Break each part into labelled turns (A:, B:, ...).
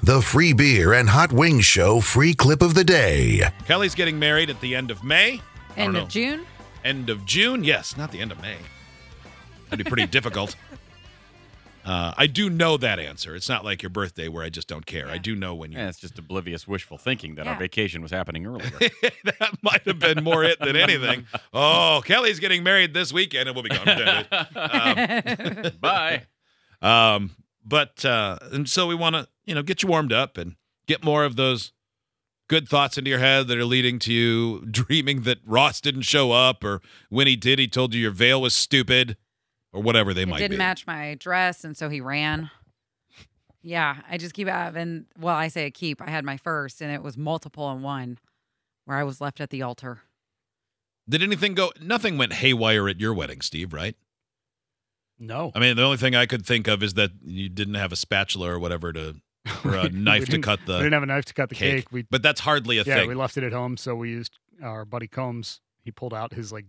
A: The free beer and hot wings show free clip of the day.
B: Kelly's getting married at the end of May. I don't
C: End
B: know.
C: of June.
B: End of June. Yes, not the end of May. That'd be pretty difficult. Uh, I do know that answer. It's not like your birthday where I just don't care. I do know when you.
D: Yeah, Eh, it's just oblivious wishful thinking that
C: Yeah.
D: our vacation was happening earlier.
B: that might have been more it than anything. Oh, Kelly's getting married this weekend, and we'll be gone.
D: Bye.
B: Um, but uh, and so we want to you know get you warmed up and get more of those good thoughts into your head that are leading to you dreaming that Ross didn't show up or when he did, he told you your veil was stupid or whatever they
C: It
B: might
C: didn't
B: be.
C: match my dress, and so he ran. Yeah, I just keep having. Well, I say I keep. I had my first, and it was multiple in one, where I was left at the altar.
B: Did anything go? Nothing went haywire at your wedding, Steve. Right?
E: No.
B: I mean, the only thing I could think of is that you didn't have a spatula or whatever to or a knife to
E: didn't-
B: cut
E: we
B: the.
E: didn't have a knife to cut the
B: cake.
E: cake. We
B: But that's hardly a
E: yeah,
B: thing.
E: we left it at home, so we used our buddy Combs. He pulled out his like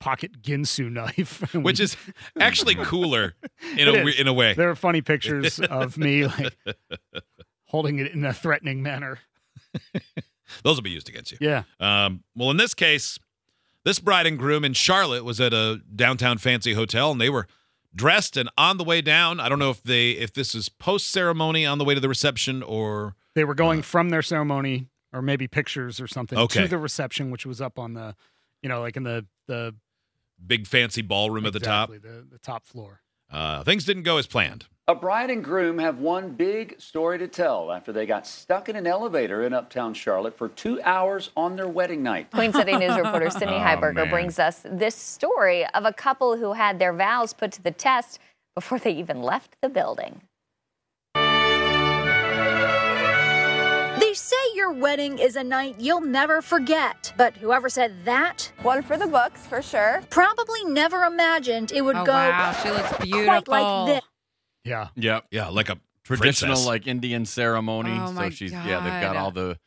E: pocket Ginsu knife, and
B: which
E: we-
B: is actually cooler in
E: It
B: a
E: is.
B: in a way.
E: there are funny pictures of me like holding it in a threatening manner.
B: Those will be used against you.
E: Yeah,
B: Um, well, in this case, this bride and groom in Charlotte was at a downtown fancy hotel, and they were dressed and on the way down. I don't know if they if this is post ceremony on the way to the reception or
E: they were going from their ceremony or maybe pictures or something
B: Uh-huh. Okay.
E: to the reception, which was up on the, you know, like in the the
B: big fancy ballroom at the top.
E: exactly, the, the top floor.
B: Uh, things didn't go as planned.
F: A bride and groom have one big story to tell after they got stuck in an elevator in uptown Charlotte for two hours on their wedding night.
G: Queen City News reporter Sydney
D: Oh,
G: Heiberger
D: man.
G: brings us this story of a couple who had their vows put to the test before they even left the building.
H: They say your wedding is a night you'll never forget, but whoever said that
I: One for the books, for sure.
H: probably never imagined it would
C: Oh
H: go
C: wow, she looks beautiful.
H: quite like this.
E: Yeah,
D: Yep.
B: Yeah, like a
D: Traditional
B: princess.
D: like Indian ceremony.
C: Oh,
D: so
C: my
D: she's yeah, they've
C: God.
D: got all the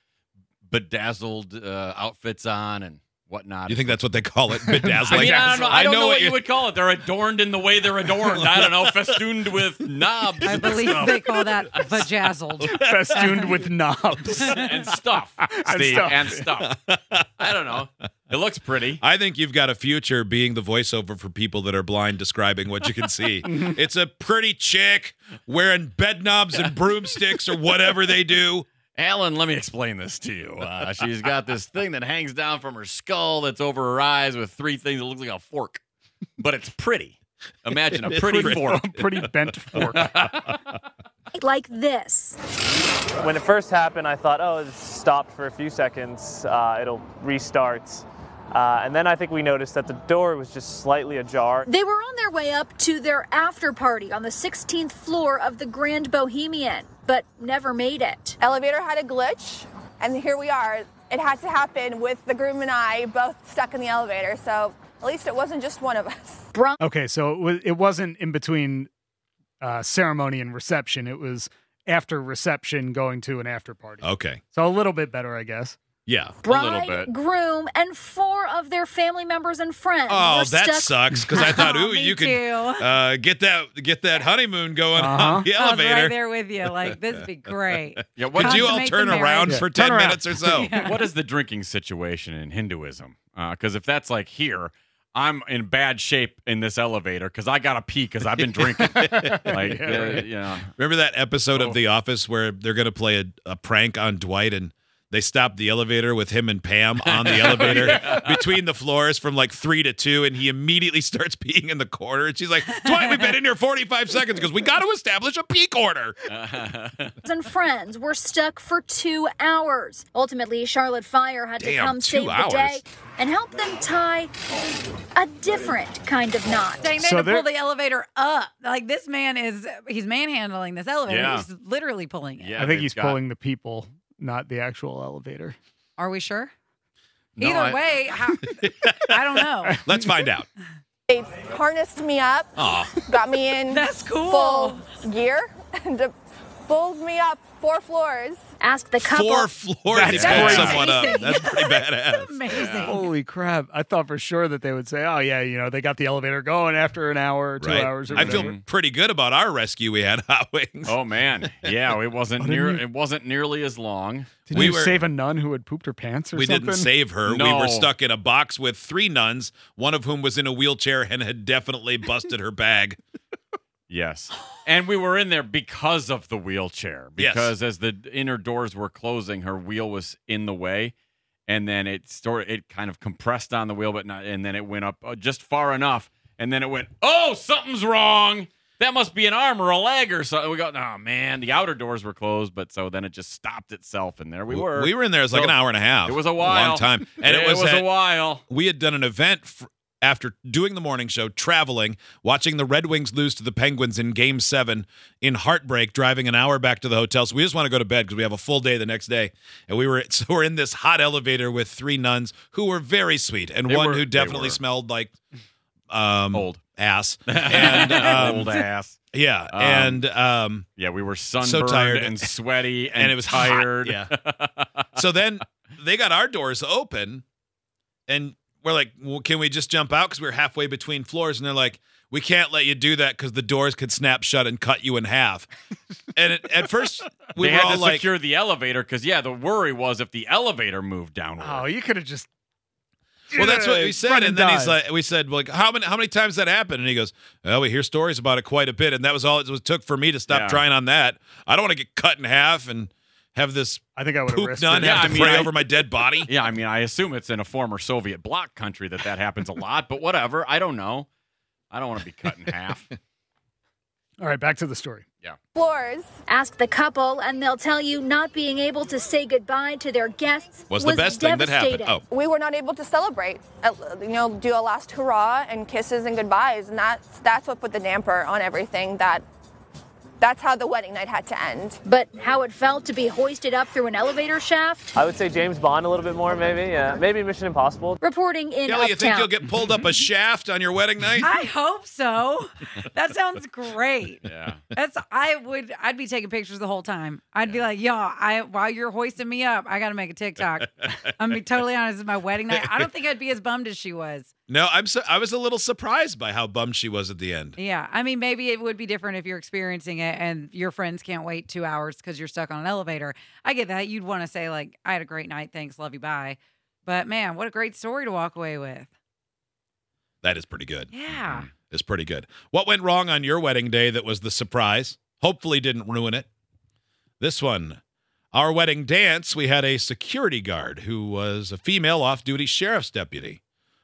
D: bedazzled uh, outfits on and whatnot.
B: You think that's what they call it? Bedazzling.
D: I mean, I don't know. I, don't know, what you
B: you're-
D: would call it. They're adorned in the way they're adorned. I don't know, festooned with knobs
C: I
D: and
C: believe
D: stuff.
C: they call that vajazzled.
E: festooned with knobs.
D: and stuff.
E: Steve. stuff.
D: and stuff. I don't know. It looks pretty.
B: I think you've got a future being the voiceover for people that are blind describing what you can see.
D: Mm-hmm.
B: it's a pretty chick wearing bed knobs and broomsticks or whatever they do.
D: Alan, let me explain this to you. Uh, she's got this thing that hangs down from her skull that's over her eyes with three things that looks like a fork, but it's pretty. Imagine a pretty fork.
E: pretty bent fork.
H: like this.
J: When it first happened, I thought, oh, it stopped for a few seconds, uh, it'll restart. Uh, and then I think we noticed that the door was just slightly ajar.
H: They were on their way up to their after party on the 16th floor of the Grand Bohemian, but never made it.
I: Elevator had a glitch, and here we are. It had to happen with the groom and I both stuck in the elevator, so at least it wasn't just one of us.
H: Bronco
E: Okay, so it, was, it wasn't in between uh, ceremony and reception. It was after reception going to an after party.
B: Okay.
E: So a little bit better, I guess.
B: Yeah.
H: bride,
D: bit.
H: groom, and four of their family members and friends.
B: Oh,
H: were
B: that
H: stuck
B: sucks because I thought, ooh,
C: Oh, Me
B: you could
C: too.
B: uh, get that get that honeymoon going
E: Uh-huh.
B: on the
C: I was right
B: elevator.
C: there with you. Like this would be great.
D: Yeah, what
B: Could
D: do
B: you
D: you?
B: all
C: Consummate
B: turn
C: the marriage.
B: around
E: Yeah,
B: for
E: turn
B: ten
E: around.
B: minutes or so?
D: What is the drinking situation in Hinduism? Because if that's like here, I'm in bad shape in this elevator because I gotta pee because I've been drinking. like, uh, you know,
B: Remember that episode
E: Oh.
B: of The Office where they're gonna play a, a prank on Dwight and they stop the elevator with him and Pam on the elevator between the floors from like three to two, and he immediately starts peeing in the corner. And she's like, "Dwight, we've been in here forty-five seconds because we got to establish a pee corner."
H: and friends were stuck for two hours. Ultimately, Charlotte Fire had
B: Damn,
H: to come
B: two
H: save
B: hours.
H: the day and help them tie a different kind of knot.
C: Dang, they
E: So
C: had to pull
E: there-
C: the elevator up. Like this man is, he's manhandling this elevator.
D: Yeah.
C: He's literally pulling it.
D: yeah,
E: I think
D: they've
E: he's
D: got-
E: pulling the people, not the actual elevator.
C: Are we sure?
D: No,
C: Either
D: I-
C: way, how, I don't know.
B: Let's find out.
I: They harnessed me up,
B: Aw.
I: got me in
C: That's cool.
I: full gear, and bowled me up four floors.
G: Ask the
B: Four floors
E: That's
B: to build
E: crazy.
B: someone up. That's pretty badass.
E: Holy crap. I thought for sure that they would say, oh, yeah, you know, they got the elevator going after an hour or two
B: right.
E: hours or
B: I
E: whatever.
B: feel pretty good about our rescue we had hot wings.
D: Oh man, yeah, it wasn't
E: didn't
D: near.
E: you-
D: It wasn't nearly as long.
E: Did
B: we
E: you
B: were-
E: save a nun who had pooped her pants or
B: we
E: something?
B: didn't save her. We
D: No.
B: were stuck in a box with three nuns, one of whom was in a wheelchair and had definitely busted her bag.
D: Yes, and we were in there because of the wheelchair.
B: Yes.
D: Because as the inner doors were closing, her wheel was in the way, and then it sort it kind of compressed on the wheel, but not. And then it went up uh, just far enough, and then it went. Oh, something's wrong. That must be an arm or a leg or something. We go, oh man, the outer doors were closed, but so then it just stopped itself, and there we were.
B: We were in there. It was like
D: So
B: an hour and a half.
D: It was a while.
B: long time, and it was,
D: a
B: at-
D: while.
B: we had done an event f- after doing the morning show, traveling, watching the Red Wings lose to the Penguins in Game Seven in heartbreak, driving an hour back to the hotel. So we just want to go to bed because we have a full day the next day, and we were so we're in this hot elevator with three nuns who were very sweet, and
D: They
B: one
D: were-
B: who
D: they
B: definitely
D: were.
B: smelled like um,
D: Old.
B: ass, and um,
D: old ass.
B: yeah,
D: Um,
B: and um,
D: Yeah, we were sunburned
B: tired.
D: and sweaty, and,
B: and it was hot,
D: tired.
B: yeah. so then they got our doors open and we're like well, can we just jump out because we're halfway between floors and they're like we can't let you do that because the doors could snap shut and cut you in half and it, at first we
D: we
B: were
D: had
B: all
D: to
B: like
D: secure the elevator because yeah, the worry was if the elevator moved downward.
E: Oh, you could have just.
B: well that's what we said
E: Run
B: and then he's
E: dive.
B: like we said like how many how many times that happened and he goes well we hear stories about it quite a bit and that was all it was, took for me to stop
D: Yeah.
B: trying on that i don't want to get cut in half and have this
E: I think I would have
B: poop
E: risked
B: nun
E: it.
D: Yeah,
B: have
D: I
B: to
D: mean,
B: pray
D: I-
B: over my dead body
D: yeah, I mean, I assume it's in a former Soviet bloc country that that happens a lot, but whatever. I don't know. I don't want to be cut in half.
E: All right, back to the story.
I: Floors.
H: Ask the couple, and they'll tell you not being able to say goodbye to their guests
B: was the best thing that happened
H: devastating.
B: oh
I: We were not able to celebrate, uh, you know, do a last hurrah and kisses and goodbyes, and that's that's what put the damper on everything. That that's how the wedding night had to end.
H: But how it felt to be hoisted up through an elevator shaft?
J: I would say James Bond a little bit more, maybe. Yeah, maybe Mission Impossible.
H: Reporting in
B: Kelly, you think
H: Uptown. Mm-hmm.
B: you'll get pulled up a shaft on your wedding night?
C: I hope so. That sounds great.
D: Yeah.
C: That's I would I'd be taking pictures the whole time. I'd be like, y'all, I while you're hoisting me up, I gotta make a TikTok. I'm gonna be totally honest, it's my wedding night. I don't think I'd be as bummed as she was.
B: No, I'm. So, I was a little surprised by how bummed she was at the end.
C: Yeah. I mean, maybe it would be different if you're experiencing it and your friends can't wait two hours because you're stuck on an elevator. I get that. You'd want to say, like, I had a great night, thanks, love you, bye. But man, what a great story to walk away with.
B: That is pretty good.
C: Yeah.
B: It's pretty good. What went wrong on your wedding day that was the surprise? Hopefully, didn't ruin it. This one, our wedding dance, we had a security guard who was a female off-duty sheriff's deputy.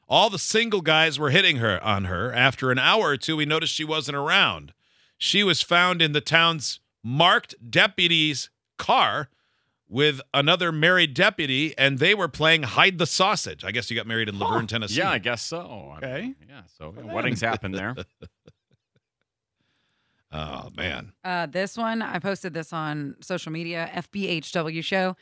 B: All the single guys were hitting her on her. After an hour or two, we noticed she wasn't around. She was found in the town's marked deputy's car with another married deputy, and they were playing hide the sausage. I guess you got married in Laverne, Tennessee.
D: yeah, I guess so. I
E: Okay.
D: mean, yeah, so yeah, weddings happen there.
B: Oh man.
C: Uh, this one, I posted this on social media, FBHW show.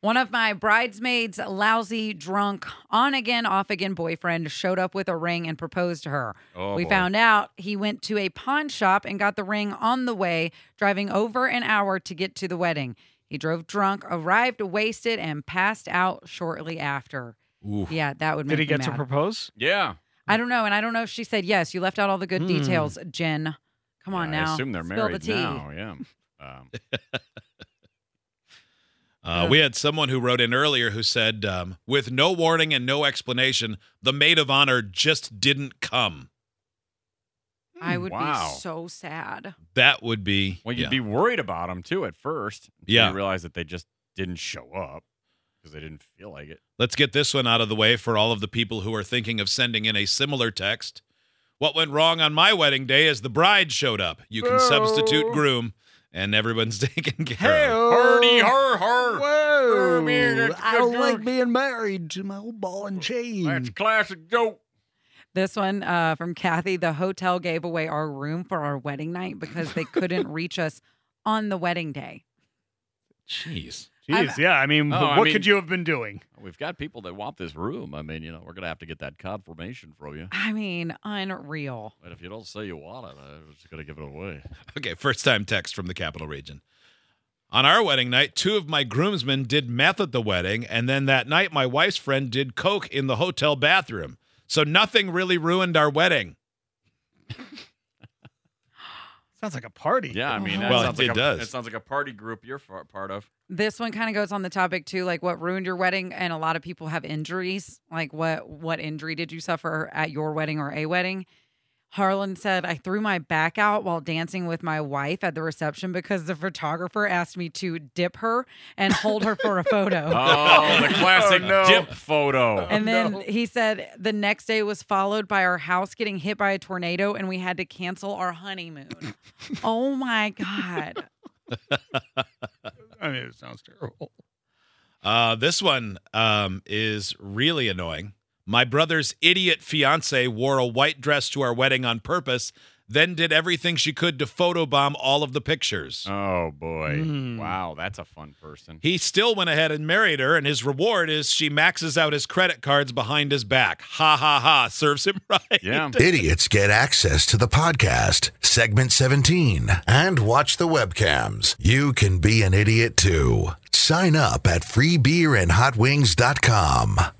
C: One of my bridesmaids, lousy, drunk, on again, off again boyfriend showed up with a ring and proposed to her.
D: Oh,
C: we
D: boy.
C: found out he went to a pawn shop and got the ring on the way, driving over an hour to get to the wedding. He drove drunk, arrived wasted, and passed out shortly after.
B: Oof.
C: Yeah, that would make
E: Did he
C: me
E: get to
C: mad.
E: propose?
D: Yeah.
C: I don't know, and I don't know if she said yes. You left out all the good details, Jen. Come on
D: Hmm. Yeah,
C: now.
D: I assume they're
C: Spill
D: married
C: the tea.
D: now. Yeah. Um,
B: Uh, we had someone who wrote in earlier who said, um, with no warning and no explanation, the maid of honor just didn't come.
C: I would
D: Mm, wow.
C: be so sad.
B: That would be.
D: Well, you'd
B: yeah.
D: be worried about them too at first. until
B: Yeah.
D: You realize that they just didn't show up because they didn't feel like it.
B: Let's get this one out of the way for all of the people who are thinking of sending in a similar text. What went wrong on my wedding day is the bride showed up. You can substitute groom, and everyone's taken care of.
D: Hardy, her, her.
E: Whoa.
D: Come here, get
E: I don't
D: your-
E: like being married to my old ball and chain.
D: That's classic joke.
C: This one uh, from Kathy. The hotel gave away our room for our wedding night because they couldn't reach us on the wedding day.
B: Jeez.
E: Jeez, yeah. I mean,
D: Oh,
E: what
D: I mean-
E: could you have been doing?
D: We've got people that want this room. I mean, you know, we're gonna have to get that confirmation from you.
C: I mean, unreal.
D: But if you don't say you want it, I'm just gonna give it away.
B: Okay, first time text from the capital region. On our wedding night, two of my groomsmen did meth at the wedding, and then that night, my wife's friend did coke in the hotel bathroom. So nothing really ruined our wedding.
E: Sounds like a party.
D: Yeah, I mean, that
B: Well,
D: sounds
B: it
D: like a,
B: does.
D: That sounds like a party group you're far, part of.
C: This one kind of goes on the topic too, like what ruined your wedding, and a lot of people have injuries. Like what what injury did you suffer at your wedding or a wedding? Harlan said, I threw my back out while dancing with my wife at the reception because the photographer asked me to dip her and hold her for a photo.
D: Oh, the classic
E: Oh, no.
D: dip photo.
C: And then
E: no.
C: he said the next day was followed by our house getting hit by a tornado and we had to cancel our honeymoon. oh my God.
E: I mean, it sounds terrible.
B: Uh, this one um, is really annoying. My brother's idiot fiance wore a white dress to our wedding on purpose, then did everything she could to photobomb all of the pictures.
D: Oh boy!
E: Mm.
D: Wow, that's a fun person.
B: He still went ahead and married her, and his reward is she maxes out his credit cards behind his back. Ha ha ha! Serves him right.
D: Yeah.
A: Idiots get access to the podcast, segment 17, and watch the webcams. You can be an idiot too. Sign up at freebeerandhotwings.com.